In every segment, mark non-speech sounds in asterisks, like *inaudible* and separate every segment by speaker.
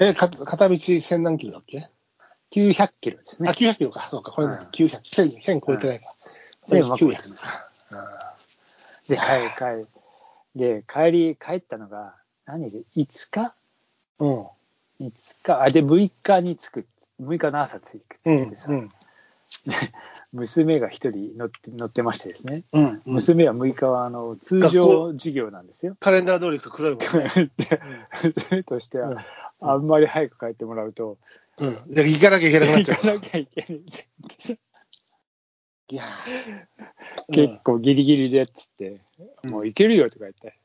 Speaker 1: え、か片道1000何キロだっけ
Speaker 2: 900キロです
Speaker 1: あ、
Speaker 2: ね。
Speaker 1: 900キロか。そうか、これだ
Speaker 2: うん
Speaker 1: 900。1000、1000超えてないか。
Speaker 2: うん
Speaker 1: 1000 900か。
Speaker 2: で、はい、帰で、帰り、帰ったのが、何時 ?5 日
Speaker 1: うん。うん。
Speaker 2: ?5 日、あ、で、6日に着く。6日の朝着くって
Speaker 1: う
Speaker 2: 言っ
Speaker 1: ん
Speaker 2: てさ、。娘が一人乗って乗ってましてですね、
Speaker 1: うん。うん。
Speaker 2: 娘は6日はあの通常授業なんですよ。
Speaker 1: カレンダー通りと黒いもんね。
Speaker 2: *laughs* で娘としては、
Speaker 1: うん
Speaker 2: あんまり早く帰ってもらうと、
Speaker 1: うん。で行かなきゃいけなくなっ
Speaker 2: 行 *laughs*
Speaker 1: ちゃ
Speaker 2: かなきゃいけないって言
Speaker 1: う。
Speaker 2: って
Speaker 1: いやー
Speaker 2: 結構ギリギリでっつって、
Speaker 1: うん
Speaker 2: もう行けるよとか言って、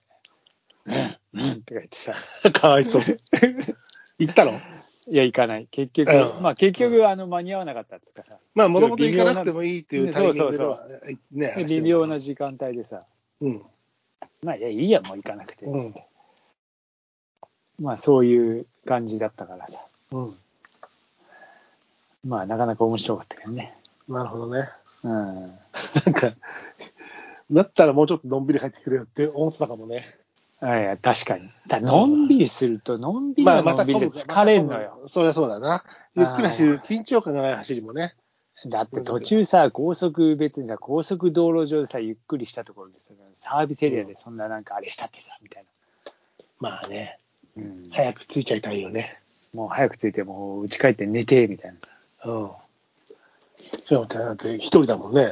Speaker 2: *laughs* うん、うんとか言ってさ、
Speaker 1: うんかわいそう。行ったの
Speaker 2: いや、行かない。結局、
Speaker 1: うん
Speaker 2: まあ結
Speaker 1: う
Speaker 2: 局、あの、間に合わなかったっつうかさ、
Speaker 1: まあ、もともと行かなくてもいいっていうタイミングでは
Speaker 2: そ、
Speaker 1: ね
Speaker 2: で微妙な。時間帯でさ、
Speaker 1: うん。
Speaker 2: まあ、いや、いいや、もう行かなくてっ
Speaker 1: う
Speaker 2: つっ
Speaker 1: ん
Speaker 2: て、まあそういう感じだったからさ、
Speaker 1: うん。
Speaker 2: まあなかなか面白かったけどね。
Speaker 1: なるほどね。
Speaker 2: うん。
Speaker 1: なんか、だったらもうちょっとのんびり帰ってくれよって思ってたかもね。
Speaker 2: あいや、確かに。だのんびりすると、のんびりはのんびりで疲れんのよ。。
Speaker 1: そりゃそうだな。ゆっくり走る緊張感がない走りもね。
Speaker 2: だって途中さ、高速別にさ、高速道路上でさ、ゆっくりしたところでさ、サービスエリアでそんななんかあれしたってさ、みたい
Speaker 1: まあね、
Speaker 2: な。うん
Speaker 1: 早く着いちゃいたいよね。
Speaker 2: もう早く着いて、もう家帰って寝て、みたいな。
Speaker 1: うん。そうだって一人だもんね。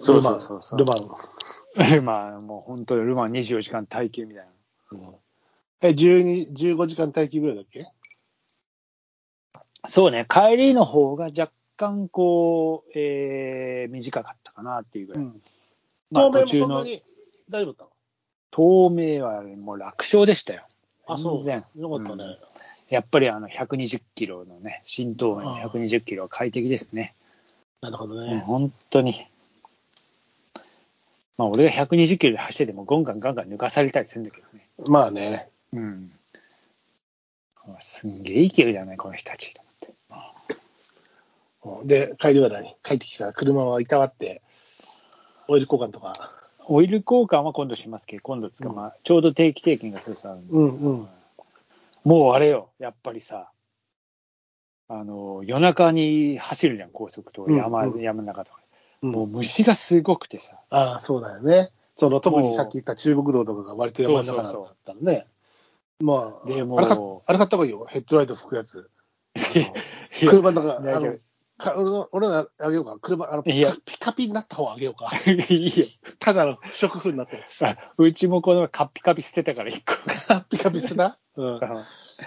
Speaker 2: そうそうそうそう
Speaker 1: ルマンルマン
Speaker 2: *laughs* ルマン、もう本当にルマン24時間耐久みたいな。
Speaker 1: うんえ、12 15時間待機ぐらいだっけ
Speaker 2: そうね、帰りの方が若干こう、えー、短かったかなっていうぐらい。まあ、
Speaker 1: 透明
Speaker 2: 途
Speaker 1: も
Speaker 2: 中
Speaker 1: そんな
Speaker 2: の
Speaker 1: に大丈夫だっ
Speaker 2: 透明はもう楽勝でしたよ。
Speaker 1: たのあ、そう。
Speaker 2: 全然
Speaker 1: よかったね。
Speaker 2: やっぱりあの120キロのね、新東名の120キロは快適ですね。
Speaker 1: なるほど
Speaker 2: うん
Speaker 1: ね。
Speaker 2: 本当に。まあ、俺が120キロで走ってても、ゴンガンガンガン抜かされたりするんだけどね。
Speaker 1: まあね。
Speaker 2: うん。あすんげえいいキロじゃない、この人たち。
Speaker 1: うんで、帰りは何帰ってきたら車はいたわって、オイル交換とか。
Speaker 2: オイル交換は今度しますけど、今度つか、まあ、ちょうど定期定期がそうさ、
Speaker 1: うんうん。
Speaker 2: もうあれよ、やっぱりさ、あの、夜中に走るじゃん、高速と
Speaker 1: うん
Speaker 2: 山、
Speaker 1: うん
Speaker 2: 山の中とか。も
Speaker 1: もう
Speaker 2: う虫がすごくてさ、
Speaker 1: ああ、そうだよね。その特
Speaker 2: もう
Speaker 1: にさっき言った中国道とかが割と山の中だったらね。まあ、
Speaker 2: でもう
Speaker 1: あれ買っあれ買った方がいいよ。ヘッドライト吹くやつ。
Speaker 2: *laughs* いや
Speaker 1: 車の中、あ
Speaker 2: 大丈夫
Speaker 1: の、か俺の俺らあげようか。車、あの
Speaker 2: いや
Speaker 1: ピカピカピになった方あげようか。
Speaker 2: いいよ。
Speaker 1: ただの不織布になった
Speaker 2: *laughs*
Speaker 1: やつ。
Speaker 2: あうちもこの前カッピカピ捨てたから一個。 *laughs*
Speaker 1: ピカピしてたうん。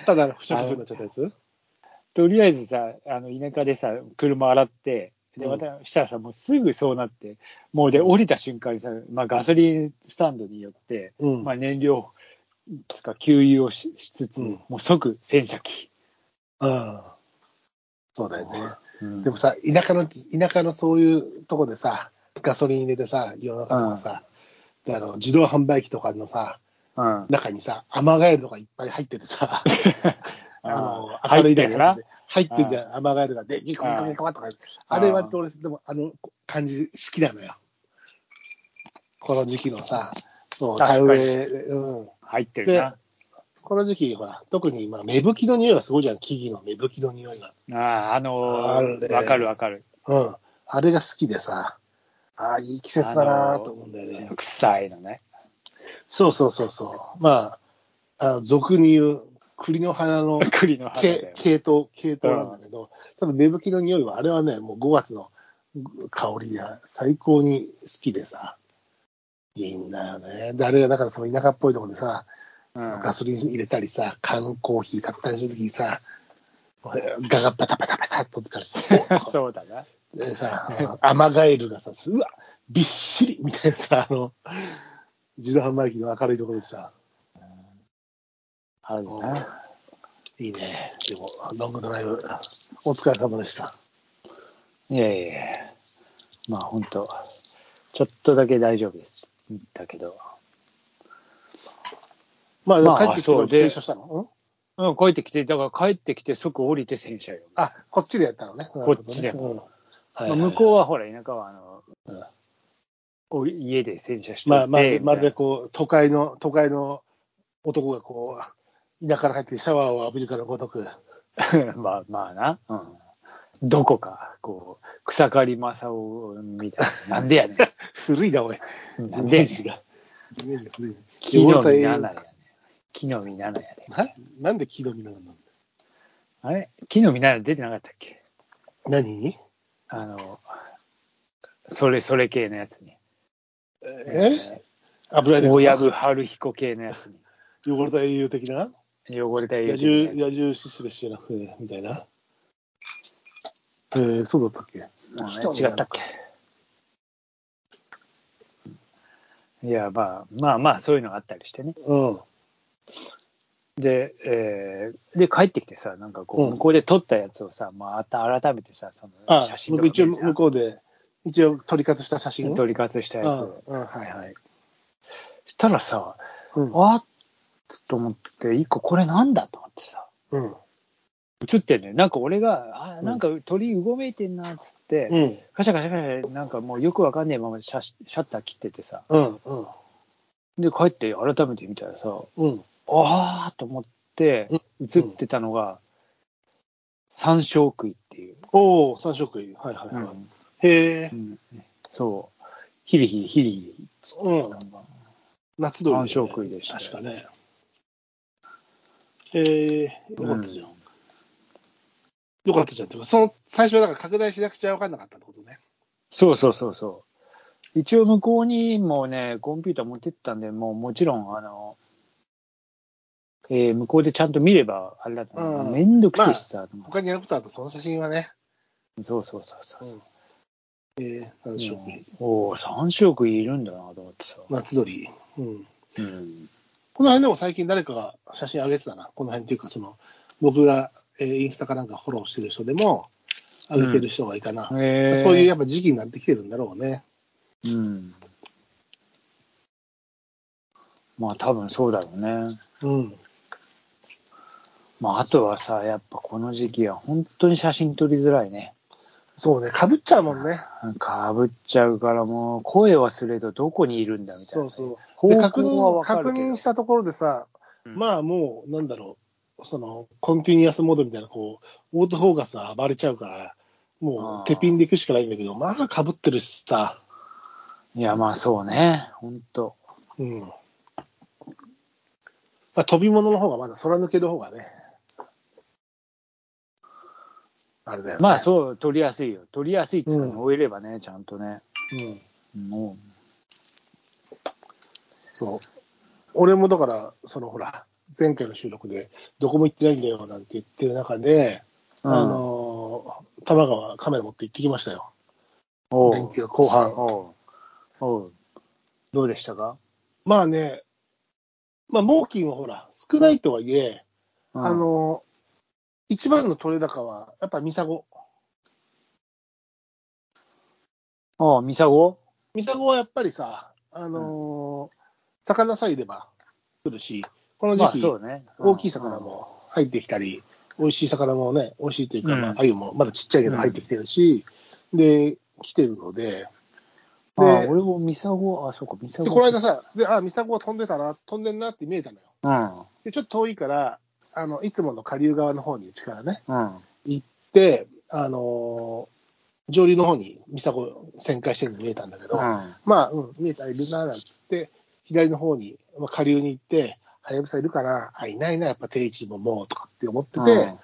Speaker 1: ただの不織布になっちゃったやつ
Speaker 2: とりあえずさ、あの田舎でさ、車洗って、で、
Speaker 1: うん
Speaker 2: またしたらさ、もうすぐそうなって、もうで、降りた瞬間にさ、まあ、ガソリンスタンドによって、
Speaker 1: うん
Speaker 2: まあ、燃料、つか、給油をししつつ、
Speaker 1: うん
Speaker 2: もう即洗車機。
Speaker 1: うん。そうだよね。で
Speaker 2: でも
Speaker 1: もさ、田舎の、田舎のそういうとこでさ、ガソリン入れてさ、夜中とかさ、であの自動販売機とかのさ、 *laughs*
Speaker 2: うん、
Speaker 1: 中にさ、アマガエルとかいっぱい入っててさ、 *laughs* あの、
Speaker 2: あ
Speaker 1: 明るい
Speaker 2: 入ってるな
Speaker 1: 中で入ってんじゃん、アマガエルが。で、ニコニコニコニコとか。あれ割と俺、でもあの感じ好きなのよ。この時期のさ、そう、
Speaker 2: 確か
Speaker 1: 田
Speaker 2: に
Speaker 1: 植え、うん。
Speaker 2: 入ってるな。
Speaker 1: この時期、ほら、特に今、芽吹きの匂いがすごいじゃん、木々の芽吹きの匂いが。
Speaker 2: ああ、あのー
Speaker 1: あれ
Speaker 2: わかるわかる。
Speaker 1: うん。あれが好きでさ、ああ、いい季節だなと思うんだよね。
Speaker 2: 臭いのね。
Speaker 1: そうそうそうそう。まあ、あの俗に言う、栗の花の
Speaker 2: 栗の花だ
Speaker 1: 系
Speaker 2: よ。
Speaker 1: 系統、系統なんだけど、ただ芽吹きの匂いは、あれはね、もう5月の香りが最高に好きでさ、いいんだよね。で、あれがだからその田舎っぽいところでさ、
Speaker 2: うん
Speaker 1: ガソリン入れたりさ、缶コーヒー買ったりするときにさ、ガがパタパタパタっと取ってたり
Speaker 2: *laughs*
Speaker 1: して、おっと
Speaker 2: そうだな。
Speaker 1: でさ、あのアマガエルがさ、うわ、びっしりみたいなさ、あの、自動販売機の明るいところでさ、
Speaker 2: あるよな。
Speaker 1: いいね。でも、ロングドライブ、お疲れ様でした。
Speaker 2: いやいやいや、まあ本当、ちょっとだけ大丈夫です。だけど、
Speaker 1: まあ、
Speaker 2: まあ
Speaker 1: 帰ってきて
Speaker 2: そ
Speaker 1: も
Speaker 2: うで
Speaker 1: 駐車したの、うん
Speaker 2: うん、帰ってきて、だから帰ってきて即降りて洗車よ。
Speaker 1: あ、こっちでやったのね。
Speaker 2: こっちで
Speaker 1: うんはい
Speaker 2: ま
Speaker 1: は
Speaker 2: あ、
Speaker 1: い
Speaker 2: 向こうはほら、田舎はあの、
Speaker 1: うん
Speaker 2: お家で洗車しておい
Speaker 1: ま
Speaker 2: て
Speaker 1: あ、まるでまるで
Speaker 2: み
Speaker 1: こう、都会の、都会の男がこう、田舎から入ってシャワーを浴びるかのごとく、 *laughs*
Speaker 2: *laughs* まあまあな、うん、どこかこう草刈正雄みたい
Speaker 1: *laughs*
Speaker 2: ななんでやね
Speaker 1: 古いな、おい。
Speaker 2: んな
Speaker 1: イ
Speaker 2: ん
Speaker 1: メー
Speaker 2: でやねん
Speaker 1: ジが。イメージが古い。
Speaker 2: 木の実7やねん木の実7やねん
Speaker 1: ななんで木の実なのなんだ
Speaker 2: あれ木の実7出てなかったっけ
Speaker 1: 何に
Speaker 2: あのそれそれ系のやつに
Speaker 1: え油で
Speaker 2: 大藪春彦系のやつに
Speaker 1: 汚れた英雄的な
Speaker 2: 汚れた
Speaker 1: 野
Speaker 2: やつ
Speaker 1: 獣、野獣シスベシじゃなくて、みたいな。えー、そうだったっけ
Speaker 2: も
Speaker 1: 人
Speaker 2: う
Speaker 1: に
Speaker 2: ね違ったっけいやまあまあまあそういうのがあったりしてね
Speaker 1: うん。
Speaker 2: で,、えーで帰ってきてさなんかこ
Speaker 1: うん
Speaker 2: う向こうで撮ったやつをさ、また改めてさその
Speaker 1: あ
Speaker 2: 写、真と
Speaker 1: 僕一
Speaker 2: か
Speaker 1: 応
Speaker 2: 見て
Speaker 1: 向こうで、一応取り割した写真。
Speaker 2: 撮り活したやつ、
Speaker 1: うん、うん、はいはい。
Speaker 2: したらさ
Speaker 1: うん。
Speaker 2: あっと思って一個これなんだと思ってさ
Speaker 1: うん。
Speaker 2: 映ってんねなんか俺があ
Speaker 1: うん
Speaker 2: なんか鳥うごめいてんなっつって、
Speaker 1: うん。
Speaker 2: カシャカシャカシャなんかもうよくわかんねえままシャシャッター切っててさ
Speaker 1: うん。うん。
Speaker 2: で帰って改めて見たらさ
Speaker 1: うん。
Speaker 2: ああと思って
Speaker 1: うん
Speaker 2: 映ってたのが山椒食いっていう、
Speaker 1: おお、三色い。はいはいはい。へえ
Speaker 2: う。んそうヒリヒリヒリヒリ
Speaker 1: うん
Speaker 2: な。んか
Speaker 1: 夏鳥、
Speaker 2: 三色いでした
Speaker 1: 確かね。へえー、よかったじゃん。よかったじゃんっていうか、その最初はだから拡大しなくちゃ分かんなかったってことね。
Speaker 2: そうそうそうそう一応向こうにもねコンピューター持ってったんでもうもちろんあの、えー向こうでちゃんと見ればあれだった
Speaker 1: うん
Speaker 2: めんどくせえしさ、と思って
Speaker 1: 他にやることあると、その写真はね。
Speaker 2: そうそうそうそう、
Speaker 1: うん。えー、三色い。
Speaker 2: おお3色いるんだなと思ってさ、
Speaker 1: 夏鳥。うん。
Speaker 2: うん、
Speaker 1: この辺でも最近誰かが写真上げてたな。この辺っていうか、その、僕が、えーインスタかなんかフォローしてる人でも、上げてる人がいたな。
Speaker 2: へー
Speaker 1: そういうやっぱ時期になってきてるんだろうね。
Speaker 2: うん。まあ多分そうだろうね。
Speaker 1: うん。
Speaker 2: まああとはさ、やっぱこの時期は本当に写真撮りづらいね。
Speaker 1: そうね、かぶっちゃうもんね。
Speaker 2: かぶっちゃうからもう声忘れとどこにいるんだみたい
Speaker 1: そ
Speaker 2: な。
Speaker 1: うそう。
Speaker 2: 方
Speaker 1: で
Speaker 2: 向
Speaker 1: 確
Speaker 2: は
Speaker 1: 認
Speaker 2: わか
Speaker 1: 確
Speaker 2: るけど
Speaker 1: 認したところでさ、
Speaker 2: うん
Speaker 1: まあもう、なんだろう、そのコンティニュアスモードみたいな、こう、オートフォーカスは暴れちゃうから、も
Speaker 2: あー
Speaker 1: う手ピンでいくしかないんだけど、まあかぶってるしさ、
Speaker 2: いやまあそうね。本当。
Speaker 1: うん。まあ、飛び物の方がまだ空抜ける方がね、あれだよね。
Speaker 2: まあそう、撮りやすいよ。撮りやすいっていう
Speaker 1: うん
Speaker 2: のを終えればね、ちゃんとね。
Speaker 1: うん。
Speaker 2: も
Speaker 1: そう。俺もだから、そのほら、前回の収録で、どこも行ってないんだよなんて言ってる中で、
Speaker 2: う。うん、
Speaker 1: あのー、多摩川カメラ持って行ってきましたよ。
Speaker 2: おう
Speaker 1: 連休後半
Speaker 2: おうおうどうでしたか、
Speaker 1: まあね、まあ、猛禽はほら、少ないとはいえ、
Speaker 2: うん
Speaker 1: あのー、一番の取れ高は、やっぱミサゴ。
Speaker 2: おうミサゴ
Speaker 1: ミサゴはやっぱりさ、あのー魚さえいれば来るし、この
Speaker 2: まあ
Speaker 1: 時期、
Speaker 2: そうね。
Speaker 1: 大きい魚も入ってきたり、美味しい魚もね、美味しいというか、
Speaker 2: うん
Speaker 1: まあ、鮎もまだちっちゃいけど入ってきてるし、で、来てるので、
Speaker 2: あ
Speaker 1: で
Speaker 2: 俺もミサゴ、あ、そうか、ミサ
Speaker 1: で
Speaker 2: ゴ。
Speaker 1: この間さ、であ、ミサゴが飛んでたな、飛んでんなって見えたのよ。
Speaker 2: うん、
Speaker 1: で、ちょっと遠いから、あのいつもの下流側の方に、うちからね、
Speaker 2: うん。
Speaker 1: 行って、あのー上流の方にミサゴ旋回してるの見えたんだけど、
Speaker 2: うん
Speaker 1: まあ、うん、見えた、いるな、なんつって、左の方に、まあ、下流に行って、はやぶさいるかな、あ、いないな、やっぱ定位置ももう、とかって思ってて、
Speaker 2: うん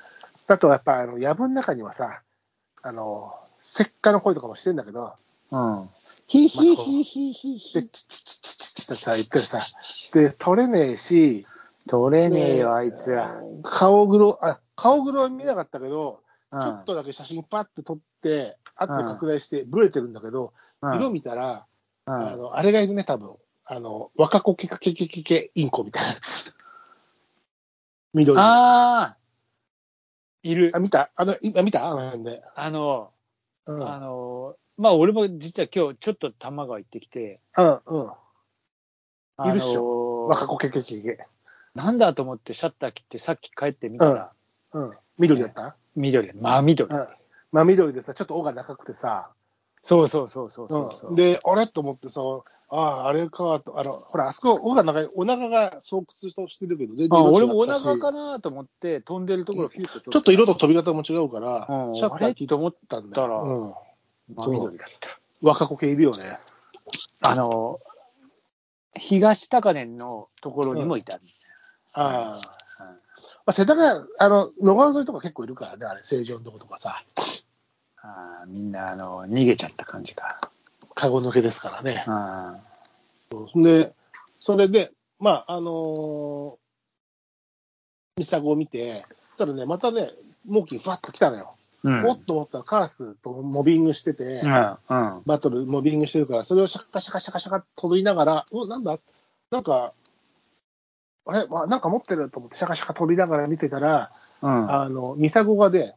Speaker 1: あとはやっぱあの藪の中にはさ、あの、石化の声とかもしてんだけど、
Speaker 2: うん。ヒヒヒヒヒ
Speaker 1: で、
Speaker 2: ヒ。
Speaker 1: チッチッチッチッチッってさ、言ってるさ、で、取れねえし、
Speaker 2: 取れねえよ、あいつら。
Speaker 1: 顔黒、あ、顔黒は見なかったけど、
Speaker 2: うん
Speaker 1: ちょっとだけ写真パッて撮って、後で拡大して、ブレてるんだけど、
Speaker 2: うん
Speaker 1: 色見たら、
Speaker 2: う
Speaker 1: あ
Speaker 2: ん
Speaker 1: の、あれがいるね、多分。あの、若子ケケケケケケインコみたいなやつ。緑のや
Speaker 2: ああいる
Speaker 1: つ。あ、。見たあの、今見たあの辺で。
Speaker 2: あの、
Speaker 1: うん。う
Speaker 2: あの、まあ俺も実は今日ちょっと多摩川行ってきて、
Speaker 1: ん、うん。
Speaker 2: あの
Speaker 1: いるっし若子ケケケケケ。
Speaker 2: なんだと思ってシャッター切ってさっき帰ってみたら、
Speaker 1: うん。緑だった
Speaker 2: 緑、真緑
Speaker 1: う。ん。真緑でさ、ちょっと尾が長くてさ、
Speaker 2: そうそうそうそうそうう。
Speaker 1: ん。で、あれと思ってさ、ああ、あれかと、あの、ほら、あそこ、尾が長い、お腹が巣窟としてるけど、全
Speaker 2: あ
Speaker 1: 色違ったし
Speaker 2: 俺もお腹かなと思って、飛んでるところをピュッと撮
Speaker 1: ちょっと色と飛び方も違うから、
Speaker 2: うん
Speaker 1: シャッター切っ
Speaker 2: と思った
Speaker 1: んだ
Speaker 2: たら
Speaker 1: よ。
Speaker 2: た真緑だった。
Speaker 1: うん。若子系いるよね。
Speaker 2: あの、東高根のところにもいた。
Speaker 1: ああ。まあ、世田谷、あの、野川沿いとか結構いるからね、あれ、成城のとことかさ、
Speaker 2: あーみんな、あの、逃げちゃった感じか。
Speaker 1: カゴ抜けですからね。
Speaker 2: あ
Speaker 1: うんで、それで、まあ、あのー、ミサゴを見て、そしたらね、またね、モーキー、ふわっと来たのよ。
Speaker 2: ーうん。
Speaker 1: おっと思ったら、カースとモビングしてて、
Speaker 2: うん。うん。
Speaker 1: バトル、モビングしてるから、それをシャカシャカシャカシャカと取りながら、おなんだなんか、あれ、まあ、なんか持ってると思って、シャカシャカ取りながら見てたら、
Speaker 2: うん。
Speaker 1: あの、ミサゴがで、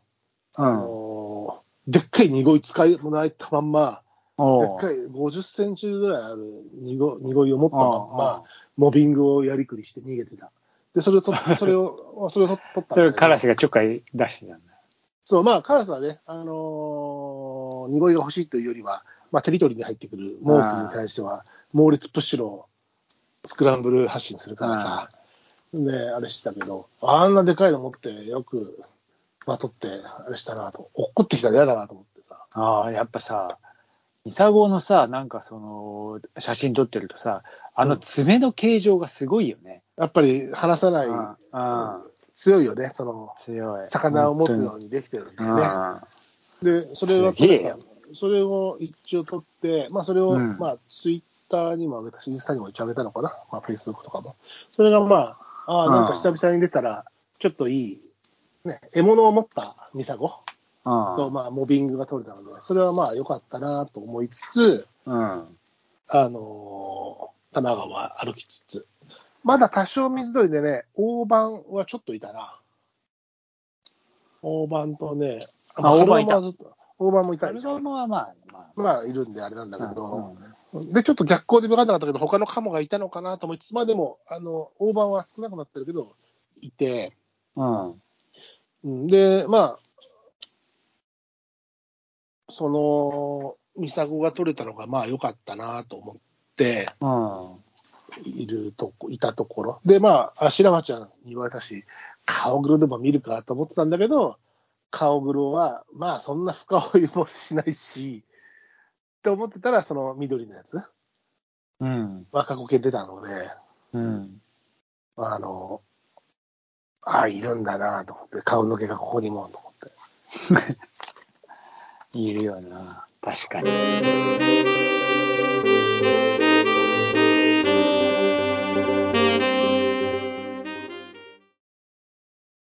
Speaker 1: あのーでっかい濁い使いもらったまんま、でっ
Speaker 2: おう
Speaker 1: かい50センチぐらいある濁濁いを持ったまん
Speaker 2: あ
Speaker 1: ま、モビングをやりくりして逃げてた。で、それをと、それを、それを取ったんだけ
Speaker 2: あ。そ
Speaker 1: ど
Speaker 2: れカラスがちょっかい出してたんだ。
Speaker 1: そう、まあ、カラスはね、あのー濁りが欲しいというよりは、まあ、テリトリーに入ってくるモーキーに対しては、猛烈プッシュのスクランブル発進するからさ、ね、あれしてたけど、あんなでかいの持って、よくまとって、あれしたなと、落っこってきたら嫌だなと思ってさ、
Speaker 2: ああ、やっぱさ、ミサゴのさ、なんかその、写真撮ってるとさ、あの爪の形状がすごいよね。
Speaker 1: やっぱり離さない、
Speaker 2: うん。うん
Speaker 1: 強いよね、その、
Speaker 2: 強い。
Speaker 1: 魚を持つようにできてるんだよね。で、それは
Speaker 2: すげえよ
Speaker 1: それを一応取って、まあ、それを、
Speaker 2: うん
Speaker 1: まあ、ツイッターにも上げたし、インスタにも一応上げたのかな、まあ、フェイスブックとかも。それがまあ、ああ、なんか久々に出たら、ちょっといい、ね、獲物を持ったミサゴ
Speaker 2: 本当
Speaker 1: と、
Speaker 2: に
Speaker 1: まあ、モビングが取れたので、それはまあ、良かったなと思いつつ、
Speaker 2: うん。うん。
Speaker 1: あのー多摩川歩きつつ、まだ多少水鳥でね、大判はちょっといたな。大判とね、
Speaker 2: あ大判いた
Speaker 1: 春馬はずっと大判もいた
Speaker 2: カ
Speaker 1: で
Speaker 2: ル
Speaker 1: しょ
Speaker 2: ガ。モはまあ、まあ、
Speaker 1: まあ、いるんであれなんだけ
Speaker 2: うん
Speaker 1: ど、で、ちょっと逆光で分かんなかったけど、他のカモがいたのかなと思いつつ、まあでも、あの、大判は少なくなってるけど、いて、
Speaker 2: うん。うん
Speaker 1: うんで、まあ、その、ミサゴが取れたのが、まあ、良かったなと思って、
Speaker 2: うん。
Speaker 1: いるとこ、いたところ。で、まあ、あ白馬ちゃんに言われたし、顔黒でも見るかと思ってたんだけど、顔黒は、まあ、そんな深追いもしないし、って思ってたら、その緑のやつ、
Speaker 2: うん。
Speaker 1: 若こけ出たので、
Speaker 2: うん。
Speaker 1: あの、ああ、いるんだなと思って、顔の毛がここにも、と思って。
Speaker 2: いるよな。確かに。